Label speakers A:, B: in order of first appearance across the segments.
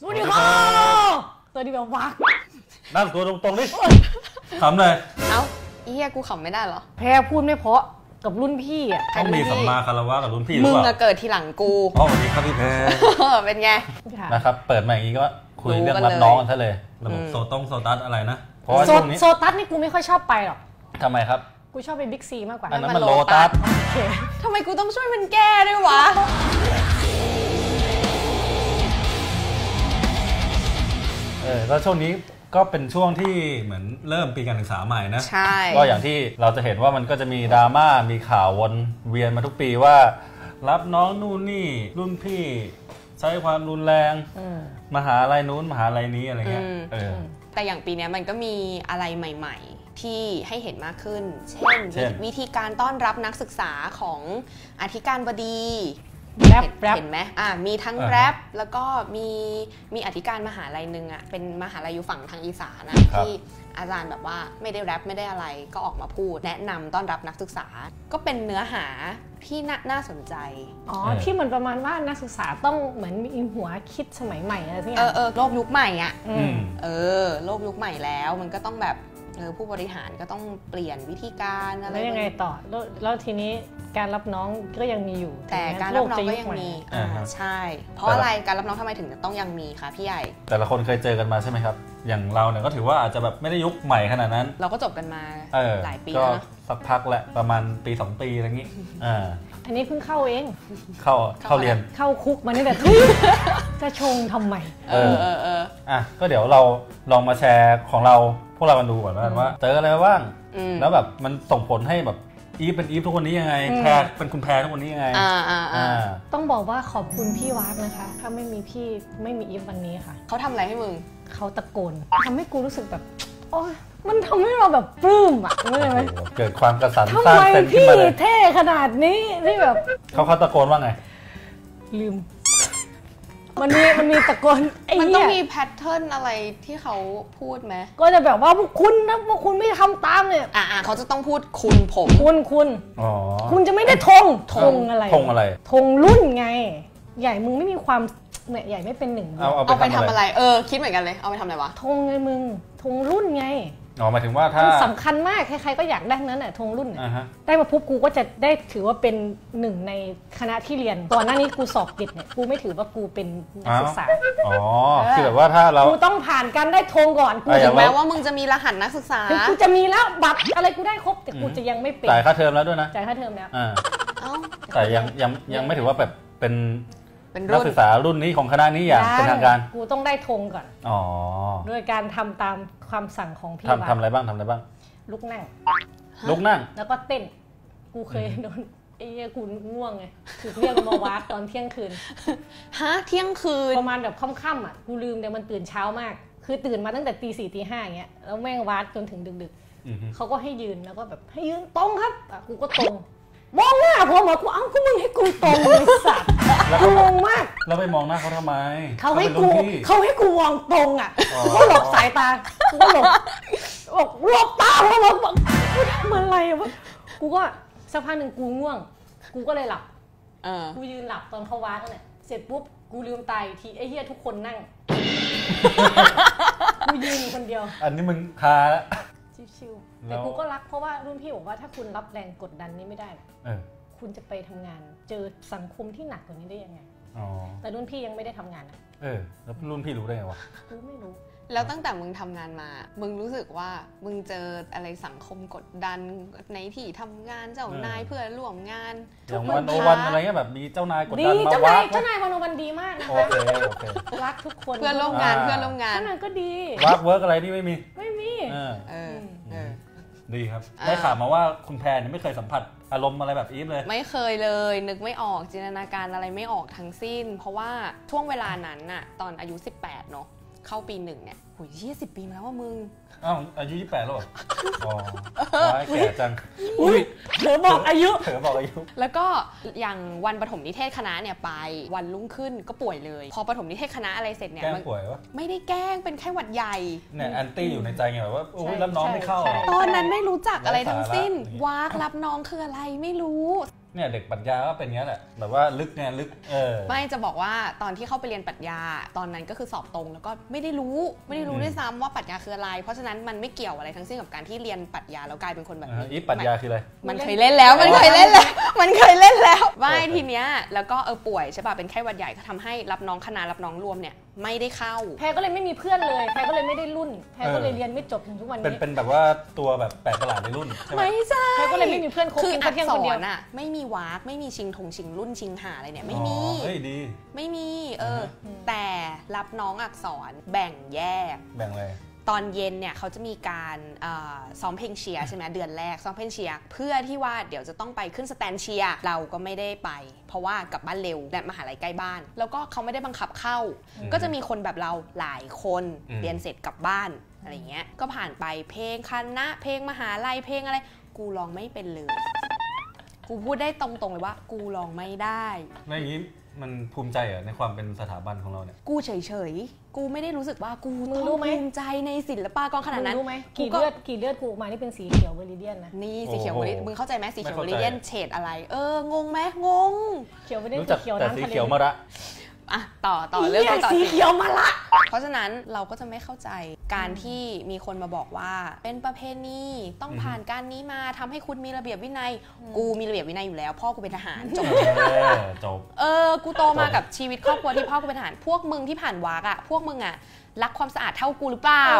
A: สวัสดีครับสวัสดีแบบวัก
B: นั่งตัวตรงๆดิขำเลย
C: เอ้าอีเหี้ยกูขำไม่ได้เหรอ
A: แพรพูดไม่เพราะกับรุ่นพี่อ่ะ
B: ต้องมีสัมมาคารวะกับรุ่นพี่หรื
C: มึ
B: อง เปล่า
C: อะเกิดทีหลังกู
B: อ๋อสวัสดีครับพี่แพร
C: เป็นไง
B: นะครับ เปิดมาอย่างนี้ก็คุยเรื่องรับน้องกันซะเลย ระบบโซต้องโซตัสอะไรนะ เพราะว่า
A: โซ
B: ช่วงนี้
A: โซตัสนี่กูไม่ค่อยชอบไปหรอก
B: ทำไมครับ
A: กูชอบไปบิ๊กซีมากกว่า
B: อันนั้น
C: มั
B: มัน
C: น
B: โล
C: โลตั
B: ตัส
C: ส
A: โอเค
C: ทำไมกูต้องช่วยมันแก้ด้วยวะ
B: เออแล้วช่วงนี้ก็เป็นช่วงที่เหมือนเริ่มปีการศึกษาใหม่นะ
C: ใช่
B: ก็อย่างที่เราจะเห็นว่ามันก็จะมีดราม่ามีข่าววนเวียนมาทุกปีว่า รับน้องนู่นนี่รุ่นพี่ ใช้ความรุนแรง
A: อืม
B: มหาลัยนู้นมหาลัยนี้อะไรเงี้ยเออ
C: แต่อย่างปีเนี้ยมันก็มีอะไรใหม่ ๆ ที่ให้เห็นมากขึ้น เช่น
B: เช่น
C: วิธีการต้อนรับนักศึกษาของอธิการบดี
A: แรป
C: เห็น
A: แรป
C: เห็นไหมอ่า มีทั้ง
B: อ่าฮะ
C: แรปแล้วก็มีมีอธิการมหาลัยหนึ่งอ่ะ เป็นมหาลัยอยู่ฝั่งทางอีสานอะที่อาจารย์แบบว่าไม่ได้แรปไม่ได้อะไรก็ออกมาพูด แนะนำต้อนรับนักศึกษา ก็เป็นเนื้อหาที่น่าน่าสนใจ
A: อ๋อ
B: เออ
A: ที่เหมือนประมาณว่านักศึกษาต้องเหมือนมีหัวคิดสมัยใหม่อะไรสักอ
C: เอย่าง อเออโลกยุคใหม่อ่ะ
A: อื
B: อื
A: ม
B: ม
C: เออ โลกยุคใหม่แล้วมันก็ต้องแบบเออผู้บริหารก็ต้องเปลี่ยนวิธีการอะไร
A: แล้วยังไงต่อแล้วแล้วทีนี้การรับน้องก็ยังมีอยู่
C: แต่
A: ถึแม้
C: การรับน้อง
A: โล
C: ก็
A: จะ
C: ยังมี
A: ให
C: อ่า
B: อ่าฮะ
C: ใช่ เพราะอะไรการรับน้องทำไมถึงต้องยังมีคะพี่ใหญ่
B: แต่ละคนเคยเจอกันมาใช่ไหมครับ อย่างเราเนี่ยก็ถือว่าอาจจะแบบไม่ได้ยุคใหม่ขนาดนั้น
C: เราก็จบกันมา
B: เออ
C: หลายปี
B: ก็
C: แล้วเนอะ
B: สักพักแหละประมาณปี 2 ปีอะไรงี้อ่า
A: อันนี้เพิ่งเข้าเอง
B: เข้าเข้าเรียน
A: เข้าคุกมานี่แต่ทุย จะชงทำไม
C: เออเออเออ
B: อ่ะก็เดี๋ยวเราลองมาแชร์ของเราพวกเรากันดูก่อนว่าว่า เจออะไรมาบ้าง
C: อืม
B: แล้วแบบมันส่งผลให้แบบอีฟเป็นอีฟทุกคนนี้ยังไง
A: อืม
B: แพรเป็นคุณแพรทุกคนนี้ยังไง
C: อ่าอ่าอ่า
B: อ่า
A: ต้องบอกว่าขอบคุณพี่วากนะคะ ถ้าไม่มีพี่ไม่มีอีฟวันนี้ค่ะ
C: เขาทำอะไรให้มึง
A: เขาตะโกนทำให้กูรู้สึกแบบ โอ๊ยมันทำให้เราแบบปลื้มอ่ะรู้ไหม
B: เกิดความกระสัน
A: ทำ
B: สร้าง
A: ไม
B: เซนขึ้น
A: พี่
B: มาเลย
A: เท่ขนาดนี้ที่แบบ
B: เขาเขาตะโกนว่าไง
A: ลืม มันมีมันมีตะโกนไอ้
C: มันต้
A: เนี่
C: อง
A: ย
C: มีแพทเทิร์นอะไรที่เขาพูดไหม
A: ก็จะแบบว่าพวกคุณนะพวกคุณไม่ทำตามเนี่ย
C: อ่าเขาจะต้องพูดคุณผม
A: คุณคุณ
B: อ๋อ
A: คุณจะไม่ได้ธงธงอะไร
B: ทงอะไร
A: ธงรุ่นไง ใหญ่มึงไม่มีความเนี่ยใหญ่ไม่เป็นหนึ่ง
B: เอาเอา
C: เอา
B: ไป
C: ไป
B: ทำ
C: ทำ
B: อะ
C: อะไร ไร เออ คิดเหมือนกันเลย เอาไปทำอะไรวะ
A: ธงไงมึงธงรุ่นไง
B: อ๋อหมายถึงว่าถ้า
A: มันสำคัญมากใครๆก็อยากได้ทั้งนั้นแหละธงรุ่นน่ะ
B: อ่าฮะ
A: ได้มาปุ๊บกูก็จะได้ถือว่าเป็นหนึ่งในคณะที่เรียนก่อนหน้านี้กูสอบติดเนี่ยกูไม่ถือว่ากูเป็นนักศึกษา
B: อ๋อ คือแบบว่าถ้าเรา
A: กูต้องผ่านการได้ธงก่อนกู
B: อ่ะอ
A: ถึ
B: ย่าง ง
C: แม้ว่ามึงจะมีรหัสนักศึกษา
A: ถึงกูจะมีแล้วบัตรอะไรกูได้ครบแต่กู
B: อืม
A: จะยังไม่เป็น
B: จ่ายค่าเทอมแล้วด้วยนะ
A: จ่ายค่าเทอมแล้ว
B: อ่า
C: เอ้า
B: แต่ยังยังยังไม่ถือว่าแบบเป็น
C: เป็น
B: นัก
C: รุ่น
B: ศึกษารุ่นนี้ของคณะนี้อย่างเป็นทางการ
A: กูต้องได้ธงก่อน
B: อ๋อ
A: โดยการทำตามความสั่งของพี่
B: ทำ
A: วั
B: ทำอะไรบ้างทำอะไรบ้าง
A: ลุกนั่ง
B: ลุกนั่ง
A: แล้วก็เต้น กูเคยโดนไอ้เหี้ยกูง่วงไงถูกเรียกมา วาดตอนเที่ยงคืน
C: ฮะ เที่ยงคืน
A: ประมาณแบบค่ำๆอ่ะ กูลืมแต่มันตื่นเช้ามาก คือตื่นมาตั้งแต่ตีสี่ตีห้าอย่างเงี้ย แล้วแม่งวาดจนถึงดึก
B: อือฮึ
A: ๆ เขาก็ให้ยืน แล้วก็แบบให้ยืนตรงครับอ่ะกูก็ตรง มองหน้าผมเหรอกูเอ้ากูมึงให้กูตรงไอ้สัตว์
B: แล้ว
A: กู
B: เขา
A: งงมาก
B: แล้วไปมองหน้าเขาทำไม
A: เขาให้
B: ป็น
A: กู
B: รุ่นพี่
A: เขาให้กูวางตรงอ่ะ
B: อ๋อ
A: กูก็หลบสายตา กูก็หลบบอกหลบตาเพราะว่าบอกกูทำอะไรวะ กูก็สักพักหนึ่งกูง่วง กูก็เลยหลับ
C: เออ
A: กูยืนหลับตอนเขาว้ากันเนี่ย เสร็จปุ๊บ กูลืมตายอีกทีไอ้เฮียทุกคนนั่ง กูยืนอยู่คนเดียว
B: อันนี้มึงคาละ
A: ชิวๆ
B: แล้ว
A: แต่กูก็รักเพราะว่ารุ่นพี่บอกว่าถ้าคุณรับแรงกดดันนี้ไม่ได้นะ
B: เออ
A: คุณจะไปทำงาน เจอสังคมที่หนักกว่านี้ได้ยังไง
B: อ๋อ
A: แต่รุ่นพี่ยังไม่ได้ทำงานนะ
B: เออ แล้วรุ่นพี่รู้ได้ไงวะ
A: กูไม่รู้
C: แล้วตั้งแต่มึงทำงานมา มึงรู้สึกว่ามึงเจออะไรสังคมกดดันในที่ทำงานเจ้านาย
B: เออ
C: เพื่อนร่วมงาน
B: อย่างวั
C: วัน น
B: โอ
C: พ
B: วั
C: ระ
B: นอะไรเงี้ยแบบมีเจ้านายกด
A: ดี
B: ดัน
A: เจ้า
B: มา
A: นาย
B: ว่า
A: เจ้านายวันวันดีมากนะ
B: โอ
A: คะ
B: เคโอเค
A: รักทุกคน
C: เพื่อนร่วมงาน
B: อ่า
C: เพื่อนร่วมงาน
A: เจ้านายก็ดี
B: วากเวิร์กอะไรนี่ไม่มี
A: ไม่มี
B: เออ
C: เออเออ
B: ดีครับ
C: อ่า
B: ได้ข่าวมาว่าคุณแพรเนี่ยไม่เคยสัมผัสอารมณ์อะไรแบบอีฟเลย
C: ไม่เคยเลย นึกไม่ออกจินตนาการอะไรไม่ออกทั้งสิ้น เพราะว่าช่วงเวลานั้นน่ะ ตอนอายุ 18 เนอะเข้าปีหนึ่งเนี่ยหุยยี่สิบปีมาแล้วว่ามึง
B: อ้าวอายุ28แล้วเหรอ อ๋อร้ายแก่จัง
A: อุ้ยเธอบอกอายุ
B: เธอบอกอายุ
C: แล้วก็อย่างวันปฐมนิเทศคณะเนี่ยไปวันรุ่งขึ้นก็ป่วยเลย พอปฐมนิเทศคณะอะไรเสร็จเนี่ย
B: แกล้ง
C: มัน
B: ป่วยวะ
C: ไม่ได้แกล้งเป็นแค่หวัดใหญ่
B: เนี่ยแอนตี้อยู่ในใจไงแบบว่าโอ้ย
A: ใช่
B: รับน้องไม่เข้า
A: ใช่
B: อ่ะ
A: ใช่
C: ตอนนั้นไม่รู้จักอะไร
B: ไร้สาระ
C: ทั้งสิ้น
B: อย่างเงี้ย
C: วากรับน้องคืออะไรไม่รู้
B: เนี่ยเด็กปรัญญาก็เป็นอย่างนี้ยแหละแบบว่าลึกไงลึกเออ
C: ไม่จะบอกว่าตอนที่เข้าไปเรียนปรัชญาตอนนั้นก็คือสอบตรงแล้วก็ไม่ได้รู้ไม่ได้รู้
B: อืม
C: ด้วยซ้ำว่าปรัชญาคืออะไร เพราะฉะนั้นมันไม่เกี่ยวอะไรทั้งสิ้นกับการที่เรียนปรัชญาแล้วกลายเป็นคนแบบ
B: อ่า
C: นี้
B: อีปรัญญาคืออะไร
C: มันเคยเล่นแล้วมันเคยเล่นแล้ว มันเคยเล่นแล้วไม่ทีเนี้ยแล้วก็เออป่วยใช่ป่ะเป็นไข้หวัดใหญ่ก็ทำให้รับน้องคณะรับน้องรวมเนี่ยไม่ได้เข้า
A: แพรก็เลยไม่มีเพื่อนเลย แพรก็เลยไม่ได้รุ่น แพรก็เลยเรียนไม่จบถึงทุกวัน
B: เป็น
A: นี้
B: เป็นแบบว่าตัวแบบแปลกประหลาดในรุ่นใช่ไหม
C: ไม่ใช่
A: แพรก็เลยไม่มีเพื่อนคบ
C: คือ
A: กิน
C: อั
A: ข้าว
C: ก
A: เที่ยง
C: ษ
A: คนเดียว
C: รน่ะไม่มีวากไม่มีชิงธงชิงรุ่นชิงหาอะไรเนี่ยไม่มี
B: อ๋อเฮ้ยดี
C: ไม่มีเอออ
A: ม
C: แต่รับน้องอักษรแบ่งแยก
B: แบ่งเลย
C: ตอนเย็นเนี่ยเขาจะมีการเอ่อซ้อมเพลงเชียร์ใช่ไหมเดือนแรกซ้อมเพลงเชียร์เพื่อที่ว่าเดี๋ยวจะต้องไปขึ้นสแตนเชียร์เราก็ไม่ได้ไป เพราะว่ากลับบ้านเร็วและมหาลัยใกล้บ้าน แล้วก็เขาไม่ได้บังคับเข้า
B: อืม
C: ก็จะมีคนแบบเราหลายคน
B: อืม
C: เรียนเสร็จกลับบ้านอะไรเงี้ยก็ผ่านไปเพลงคณะเพลงมหาลัยเพลงอะไร กูลองไม่เป็นเลย กูพูดได้ตรงๆเลยว่า กูลองไม่ได้
B: แล้วอย่างนี้มันภูมิใจเหรอในความเป็นสถาบันของเราเนี่ย
C: กูเฉยๆ กูไม่ได้รู้สึกว่ากู
A: มึ
C: ต้
A: ง
C: อง
A: รู้ไหม
C: ภูมิใจในศิลปากรขนาดนั้น
A: มึงรู้ไหม
C: กู
A: กี่
C: ก็
A: เลือดกี่เลือดกูออกมานี่เป็นสีเขียวเวอริเดียนนะ
C: นี่สีเขียว
B: โอ้
C: โม
B: โห
C: ลิมึงเข้าใจไหมสีเขียว
B: ไม่
C: โม
B: เข้าใจ
C: ลิเดียนเฉดอะไร เออ งงไหมงง
A: เขียวเวอริเดียน
B: รู้จัก
A: สีเขียว
B: แต่
A: น้ำ
B: สี
A: ทะเล
B: เขียว มาละ
C: อ่ะ ต่อต่อเรื่องต่อ
A: สี
C: สิ
A: เขียวมาละ
C: เพราะฉะนั้นเราก็จะไม่เข้าใจการที่มีคนมาบอกว่า เป็นประเพณีต้อง
B: อือฮึ
C: ผ่านการนี้มาทำให้คุณมีระเบียบวินัย กูมีระเบียบวินัยอยู่แล้ว พ่อกูเป็นทหารจบ
B: เออจบ
C: เออ กูโตมากับชีวิตครอบครัวที่พ่อกูเป็นทหาร พวกมึงที่ผ่านวากอะพวกมึงอะรักความสะอาดเท่ากูหรือเปล่า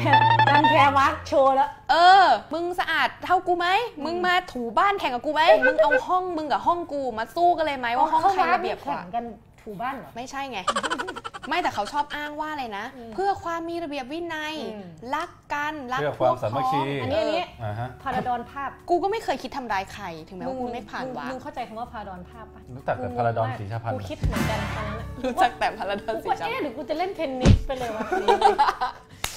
A: เออแพรดันแพรวักโชว์แล้ว
C: เออ มึงสะอาดเท่ากูไหม มึงมาถูบ้านแข่งกับกูไหม มึงเอาห้องมึงกับห้องกูมาสู้กันเลยไหมว่าห้องใครระเบียบกว่า
A: แข่งกันถูบ้านเหรอ
C: ไม่ใช่ไง ไม่แต่เขาชอบอ้างว่าอะไรนะ
A: อืม
C: เพื่อความมีระเบียบวินัย
A: อืม
C: รักกัน รัก
B: เพื่อ
C: พ
B: ควาว ม
C: ก
B: สา
C: พ้
B: มั
C: อ
B: ค
C: ง
B: คี
A: อันนี้อันนี้
B: อ่าฮะ
A: พาราดอนภาพ
C: กูก็ไม่เคยคิดทำร้ายใคร ถึงแม้ว่ากูไม่ผ่านวา
A: มึ
C: ก
A: งเข้าใจคำว่าพาราดอนภาพปะ
B: รู้จักแต่พาราดอนสีชาพัน
A: กู
B: ธ์
A: คิดเหมือนกันตอนนั้นอะ
C: รู้จักแต่พาราดอน
A: กู
C: สี
A: ว่า
C: จัง
A: เอ๊ะหรือกูจะเล่นเทนนิสไปเลยวะ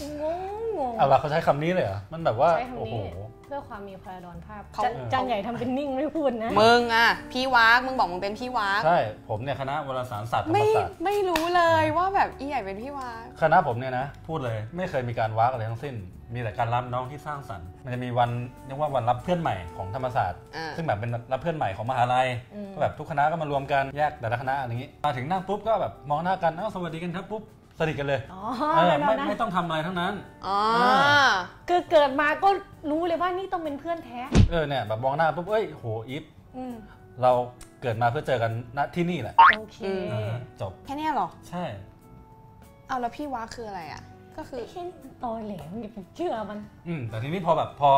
A: กูงงงง
B: เอาล่ะเขาใช้คำนี้เลยเหรอ มันแบบว่า
A: ใช้คำ
B: โอ้โห
A: นี้เพื่อความมีพาราดอนภาพ
B: เขา
A: จันจันใหญ่ทำเป็นนิ่งไม่พูดนะ
C: มึงอะพี่วากมึงบอกมึงเป็นพี่วาก
B: ใช่ ผมเนี่ยคณะวารสารศาสตร์ธรรม
C: ไม่
B: ศาสตร์
C: ไม่รู้เลยว่าแบบอีใหญ่เป็นพี่วาก
B: คณะผมเนี่ยนะ พูดเลยไม่เคยมีการวักอะไรทั้งสิ้น มีแต่การรับน้องที่สร้างสรรค์ มันจะมีวันเรียกว่าวันรับเพื่อนใหม่ของธรรมศาสตร์
C: อ่า
B: ซึ่งแบบเป็นรับเพื่อนใหม่ของมหาลัย
A: อืม
B: ก็แบบทุกคณะก็มารวมกันแยกแต่ละคณะอย่างนี้มาถึงนั่งปุ๊บก็แบบมองหน้ากันเอ้าสวัสดีกันครับปุ๊บสนิทกันเลย
A: อ๋อ
B: เออ
A: พาราดอ
B: ไม่
A: นนะ
B: ไม่ต้องทำอะไรทั้งนั้น
C: อ๋อ
A: คือเกิดมาก็รู้เลยว่านี่ต้องเป็นเพื่อนแท้
B: เออเนี่ยแบบมองหน้าปุ๊บเอ้ยโหอีฟ
A: อืม
B: เราเกิดมาเพื่อเจอกันณที่นี่แหละ
A: โอเค
C: อืม
B: อ่าฮะจบ
C: แค่เนี้ยเหรอ
B: ใช่
C: เอาแล้วพี่วากคืออะไรอะก็คือ
A: เช่นตอแหลมอย่าไปเชื่อมัน
B: อืมแต่ทีนี้พอแบบพอ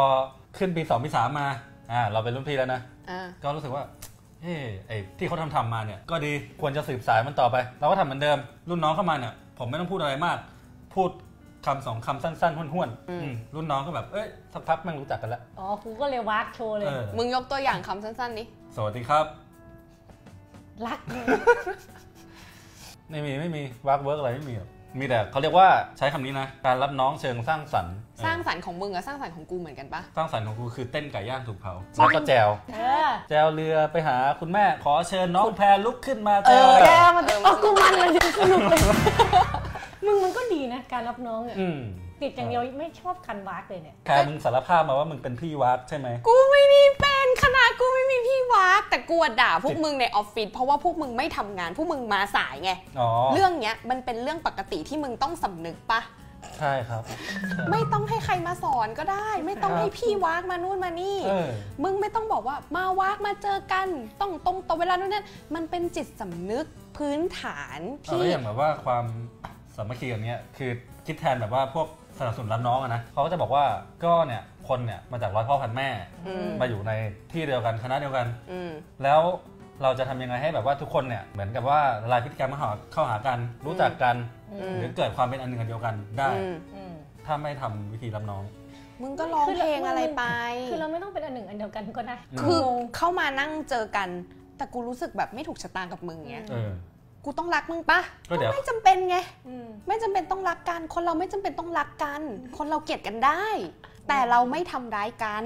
B: ขึ้นปีสองปีสามมาอ่าเราเป็นรุ่นพี่แล้วนะ
C: อ่า
B: ก็รู้สึกว่า เอ้ไอ้ที่เขาทำทำๆมาเนี่ย ก็ดีควรจะสืบสายมันต่อไป เราก็ทำเหมือนเดิม รุ่นน้องเข้ามาเนี่ย ผมไม่ต้องพูดอะไรมาก พูดคำสองคำสั้นๆห้วนๆ
C: อืม
B: อืมรุ่นน้องก็แบบ เอ้ย สักพักแม่งรู้จักกันแล้ว
A: อ๋อกูก็เลยวากโชว์เลย
B: เออ
C: มึงยกตัวอย่างคำสั้นๆดิ
B: สวัสดีครับ
A: รักมึง
B: ไม่มีไม่มีวักเวิร์กอะไรไม่มีหรอกมีแต่เขาเรียกว่าใช้คำนี้นะ การรับน้องเชิงสร้างสรรค์เออ
C: สร้างสรรค์ของมึงกับสร้างสรรค์ของกูเหมือนกันปะ
B: สร้างสรรค์ของกูคือเต้นไก่ย่างถูกเผาแล้วก็แจว
A: เออ
B: แจวเรือไปหาคุณแม่ขอเชิญน้องแพรลุกขึ้นมา
A: เอ
B: แจว
A: อ
B: เรือ
A: แกมัน
C: เออมัน
A: เอากูมันมันจะสนุกเลย มึงมันก็ดีนะ การรับน้องอะ
B: อืม
A: ติดอย่างเดียวไม่ชอบคันวากเลยเนี่ย
B: แพรมึงสารภาพมาว่ามึงเป็นพี่วักใช่ไหม
C: กูไม่มีเป็นคณะกูไม่มีพี่วากแต่กูอะด่าพวกมึงในออฟฟิศเพราะว่าพวกมึงไม่ทำงานพวกมึงมาสายไง
B: อ๋อ
C: เรื่องเนี้ยมันเป็นเรื่องปกติที่มึงต้องสำนึกปะ
B: ใช่ครับ
C: ไม่ต้องให้ใครมาสอนก็ได้ ไม่ต้องให้พี่วากมานู่นมานี่
B: เออ
C: มึงไม่ต้องบอกว่ามาวากมาเจอกัน ต้องตรงต่อเวลานู่นนั่นมันเป็นจิตสำนึกพื้นฐาน
B: เอา
C: ที่
B: แล้วอย่างแบบว่าความสามัคคีอย่างเนี้ยคือคิดแทนแบบว่าพวกสนับสนุนรับน้องอะนะเขาก็จะบอกว่าก็เนี่ยคนเนี่ยมาจากร้อยพ่อพันแม่
C: อืม
B: มาอยู่ในที่เดียวกันคณะเดียวกัน
C: อืม
B: แล้วเราจะทำยังไงให้แบบว่าทุกคนเนี่ยเหมือนกับว่าละลายพฤติกรรมเข้าหาเข้าหากัน รู้จักกัน
A: อืม
B: หรือเกิดความเป็นอันหนึ่งอันเดียวกันได้
C: อืม
A: อืม
B: ถ้าไม่ทำวิธีรับน้อง
C: มึงก็ร้องเพลงอะไรไป
A: คือเราไม่ต้องเป็นอันหนึ่งอันเดียวกันก็ได้
B: อืม
C: คือ
A: กูงง
C: เข้ามานั่งเจอกัน แต่กูรู้สึกแบบไม่ถูกชะตากับมึงเงี้ย
B: เออ
C: กูต้องรักมึงปะ
B: ก็เดี๋ยว
C: ไม่จำเป็นไง
A: อืม
C: ไม่จำเป็นต้องรักกัน คนเราไม่จำเป็นต้องรักกัน คนเราเกลียดกันได้ แต่เราไม่ทำร้ายกัน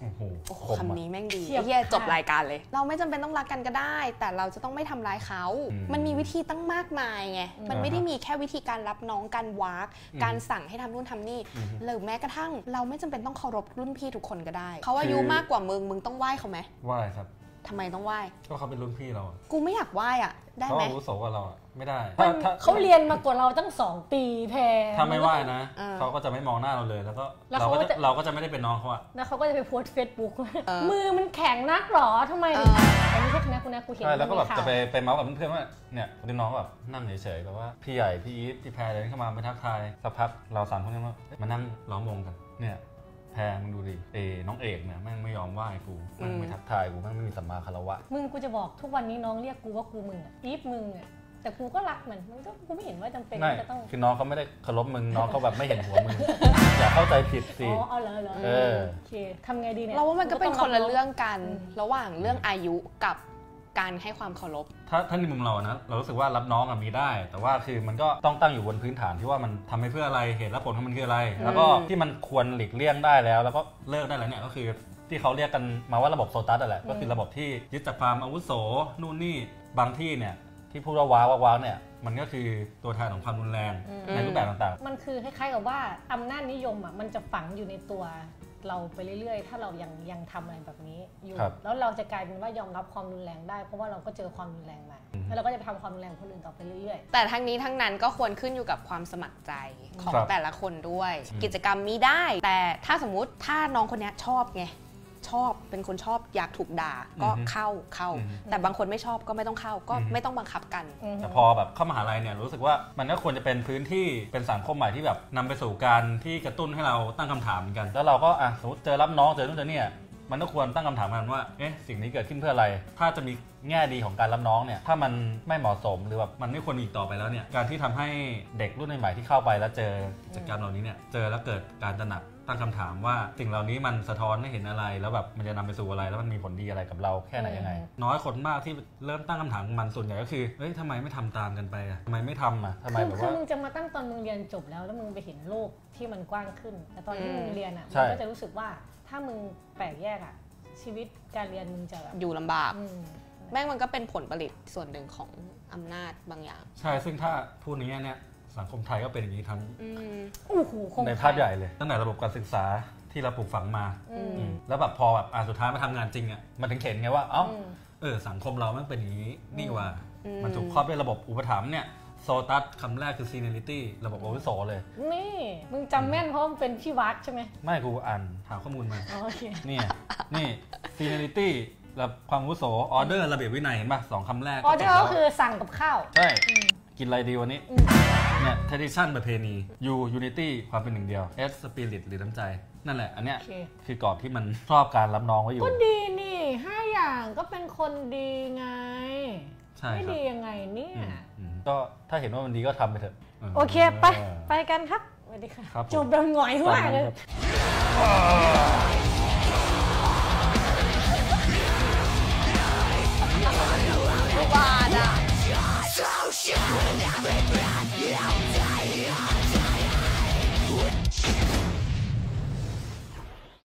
B: โอ้โห
C: โอ้โห
B: คม
C: คำ
B: อะ
C: นี้แม่งดี
A: เฉียบ
C: เฮีย
A: ขาด
C: จบรายการเลย เราไม่จำเป็นต้องรักกันก็ได้ แต่เราจะต้องไม่ทำร้ายเขา
B: อืม
C: มันมีวิธีตั้งมากมายไง มันไม่ได้มีแค่วิธีการรับน้องการวาก
B: อืม
C: การสั่งให้ทำนู่นทำนี่
B: อืม
C: หรือแม้กระทั่ง เราไม่จำเป็นต้องเคารพรุ่นพี่ทุกคนก็ได้ เขาอายุ
B: คือ
C: มากกว่ามึง มึงต้องไหว้เขาไหม
B: ว่าอะไรครับ
C: ทำไมต้องไหว้
B: ก็เขาเป็นรุ่นพี่เราอะ
C: กูไม่อยากไหว้อ่ะ ได้
B: เขา
C: ไหม
B: อาวุโสกว่าเราอะไม่ได้ถ้าถ้า
A: เขาเรียนมากว่าเราตั้งสองปีแพร
B: ถ้าไม่ไหว้นะ
C: เออ
B: เขาก็จะไม่มองหน้าเราเลย แล้วก็
A: แล้ว
B: เรา
A: เขา
B: ก็
A: ก็
B: จะ
A: จะ
B: เราก็จะไม่ได้เป็นน้องเขาอะ
A: แล้วเขาก็จะไปโพสเฟซบุ๊ก
C: เออ
A: มือมันแข็งนักหรอทำไม
C: เออ
A: แต่ไม่ใช่คณะกูนะกูเห็น
B: ใช่แล้วก็แบบ
A: มีข่า
B: จะไปไปเมาส์กับเพื่อนๆว่าเนี่ยรุ่นน้องแบบนั่งเฉยๆแบบว่าพี่ใหญ่พี่อีทพี่แพรเดินเข้ามาไปทักทายสักพักเราสามคนก็ว่าเอ๊ะมานั่งล้อมวงกันเนี่ยแพรมึงดูดิเอน้องเอกเนี่ยแม่งไม่ยอมไหว้กูแม่งไม่ทักทายกูแม่งไม่มีสัมมาคารวะ
A: มึงกูจะบอกทุกวันนี้น้องเรียกกูว่ากูมึงอะอีฟมึงอะแต่กูก็รักมันมันก็กูไม่เห็นว่าจำเป็น
B: ไม่
A: ที่จะต้อง
B: คือน้องเขาไม่ได้เคารพมึง น้องเขาแบบไม่เห็นหัวมึ ง อย่าเข้าใจผิดสิ
A: อ๋อเอาเหรอเหรอ
B: เออ
A: โอเคทำไงดีเนี่ย
C: เราว่ามันก็เป็น
A: ต้
C: คนละ
A: บ
C: เรื่องกัน
A: อืม
C: ระหว่างเรื่องอายุกับการให้ความเคารพ
B: ถ้าถ้าในมุมเรานะ เรารู้สึกว่ารับน้องอะมีได้ แต่ว่าคือมันก็ต้องตั้งอยู่บนพื้นฐานที่ว่ามันทำไปเพื่ออะไร เหตุและผลของมันคืออะไร แล้วก็
C: อืม
B: ที่มันควรหลีกเลี่ยงได้แล้ว แล้วก็เลิกได้แล้วเนี่ยก็คือที่เขาเรียกกันมาว่าระบบโซตัสอะแหละ ก็คือระบบที่ยึดจากความอาวุโส นู่นนี่ บางที่เนี่ยที่พูดว่าว้าวว้าวเนี่ย มันก็คือตัวแทนของความรุนแรง
A: อืม
B: ในรูปแบบต่าง
A: มันคือคล้ายๆกับว่าอำนาจนิยมอ่ะมันจะฝังอยู่ในตัวเราไปเรื่อยๆ ถ้าเรายังยังทำอะไรแบบนี้อยู่
B: ครับ
A: แล้วเราจะกลายเป็นว่ายอมรับความรุนแรงได้ เพราะว่าเราก็เจอความรุนแรงมา
B: อืม
A: แล้วเราก็จะไปทำความรุนแรงกับคนอื่นต่อไปเรื่อย
C: แต่ทั้งนี้ทั้งนั้นก็ควรขึ้นอยู่กับความสมัครใจของ
B: ครับ
C: แต่ละคนด้วย
B: อืม
C: กิจกรรมมีได้ แต่ถ้าสมมุติถ้าน้องคนเนี้ยชอบไงชอบเป็นคนชอบอยากถูกด่าก็เข้าเข้า
B: อืม
C: แต่บางคนไม่ชอบก็ไม่ต้องเข้าก็
B: อืม
C: ไม่ต้องบังคับกัน
A: ๆ อืม
B: แต่พอแบบเข้ามหาลัยเนี่ยรู้สึกว่ามันก็ควรจะเป็นพื้นที่เป็นสังคมใหม่ที่แบบนำไปสู่การที่กระตุ้นให้เราตั้งคำถามเหมือนกัน แล้วเราก็อ่ะสมมติเจอรับน้องเจอนู่นเจอเนี่ยมันก็ควรตั้งคำถามกันว่าเอ๊ะสิ่งนี้เกิดขึ้นเพื่ออะไร ถ้าจะมีแง่ดีของการรับน้องเนี่ยถ้ามันไม่เหมาะสมหรือแบบมันไม่ควรมีอีกต่อไปแล้วเนี่ยการที่ทำให้เด็กรุ่นใหม่ๆที่เข้าไปแล้วเจอกิจกรรมเหล่านี้เนี่ยเจอแล้วเกิดการตระหนักตั้งคำถามว่าสิ่งเหล่านี้มันสะท้อนให้เห็นอะไร แล้วแบบมันจะนำไปสู่อะไร แล้วมันมีผลดีอะไรกับเราแค่ไหนยังไง น้อยคนมากที่เริ่มตั้งคำถามกับมันส่วนใหญ่ก็คือ เฮ้ยทำไมไม่ทำตามกันไปอะทำไมไม่ทำอ่ะทำไม
A: คือ
B: แบบ
A: คือ
B: ว่า
A: มึงจะมาตั้งตอนมึงเรียนจบแล้วแล้วมึงไปเห็นโลกที่มันกว้างขึ้น แต่ตอนที่
C: อืม
A: มึงเรียนอ่ะ
B: ใช่
A: มึงก็จะรู้สึกว่าถ้ามึงแปลกแยกอ่ะชีวิตการเรียนมึงจะแบบ
C: อยู่ลำบาก
A: อืม
C: แม่งมันก็เป็นผลผลิตส่วนหนึ่งของอำนาจบางอย่าง
B: ใช่ซึ่งถ้าพูดในแง่เนี้ยสังคมไทยก็เป็นอย่างนี้ทั้ง
C: อืม
A: โอ้โหคง
B: ในภาพใหญ่เลยตั้งแต่ระบบการศึกษาที่เราปลูกฝังมา
A: อืม
C: อืม
B: แล้วแบบพอแบบอ่ะสุดท้ายมาทำงานจริงอ่ะมันถึงเห็นไงว่าเอ้า
A: อืม
B: เออสังคมเรามันเป็นอย่างนี้นี่ว่า
C: อืม
B: มันถูกครอบด้วยระบบอุปถัมภ์เนี่ยโซตัสคำแรกคือ seniority ระบบอาวุโสเลย
A: นี่ มึงจำแม่นเพราะมันเป็นพี่วัดใช่ไหม
B: ไม่กูอ่านหาข้อมูลมา
A: อ๋อโอเค
B: เนี่ย นี่ seniority ระความอาวุโสออเดอร์ระเบียบวินัยเห็นป่ะสองคำแรก
A: ออเดอร์ก็
B: จบแล้ว
A: คือสั่งกับข้าว
B: ใช่
A: อืม
B: กินอะไรดีวันนี้
A: อืม
B: เนี่ย tradition ประเพณี U unity ความเป็นหนึ่งเดียว S spirit หรือน้ำใจ นั่นแหละ อันเนี้ย
A: โอเค
B: คือกรอบที่มันครอบการรับน้องไว้อยู่
A: ก็ดีนี่ห้าอย่างก็เป็นคนดีไง
B: ใช่
A: ไม่
B: ครับ
A: ดียังไงเนี่ย
B: อืมอืมก็ถ้าเห็นว่ามันดีก็ทำไปเถอะ
A: โอเค ไป ไปกันครับ สวัสดีค่ะ
B: ครับผม
A: จบแบบหงอยว่ากเลย
B: ครับ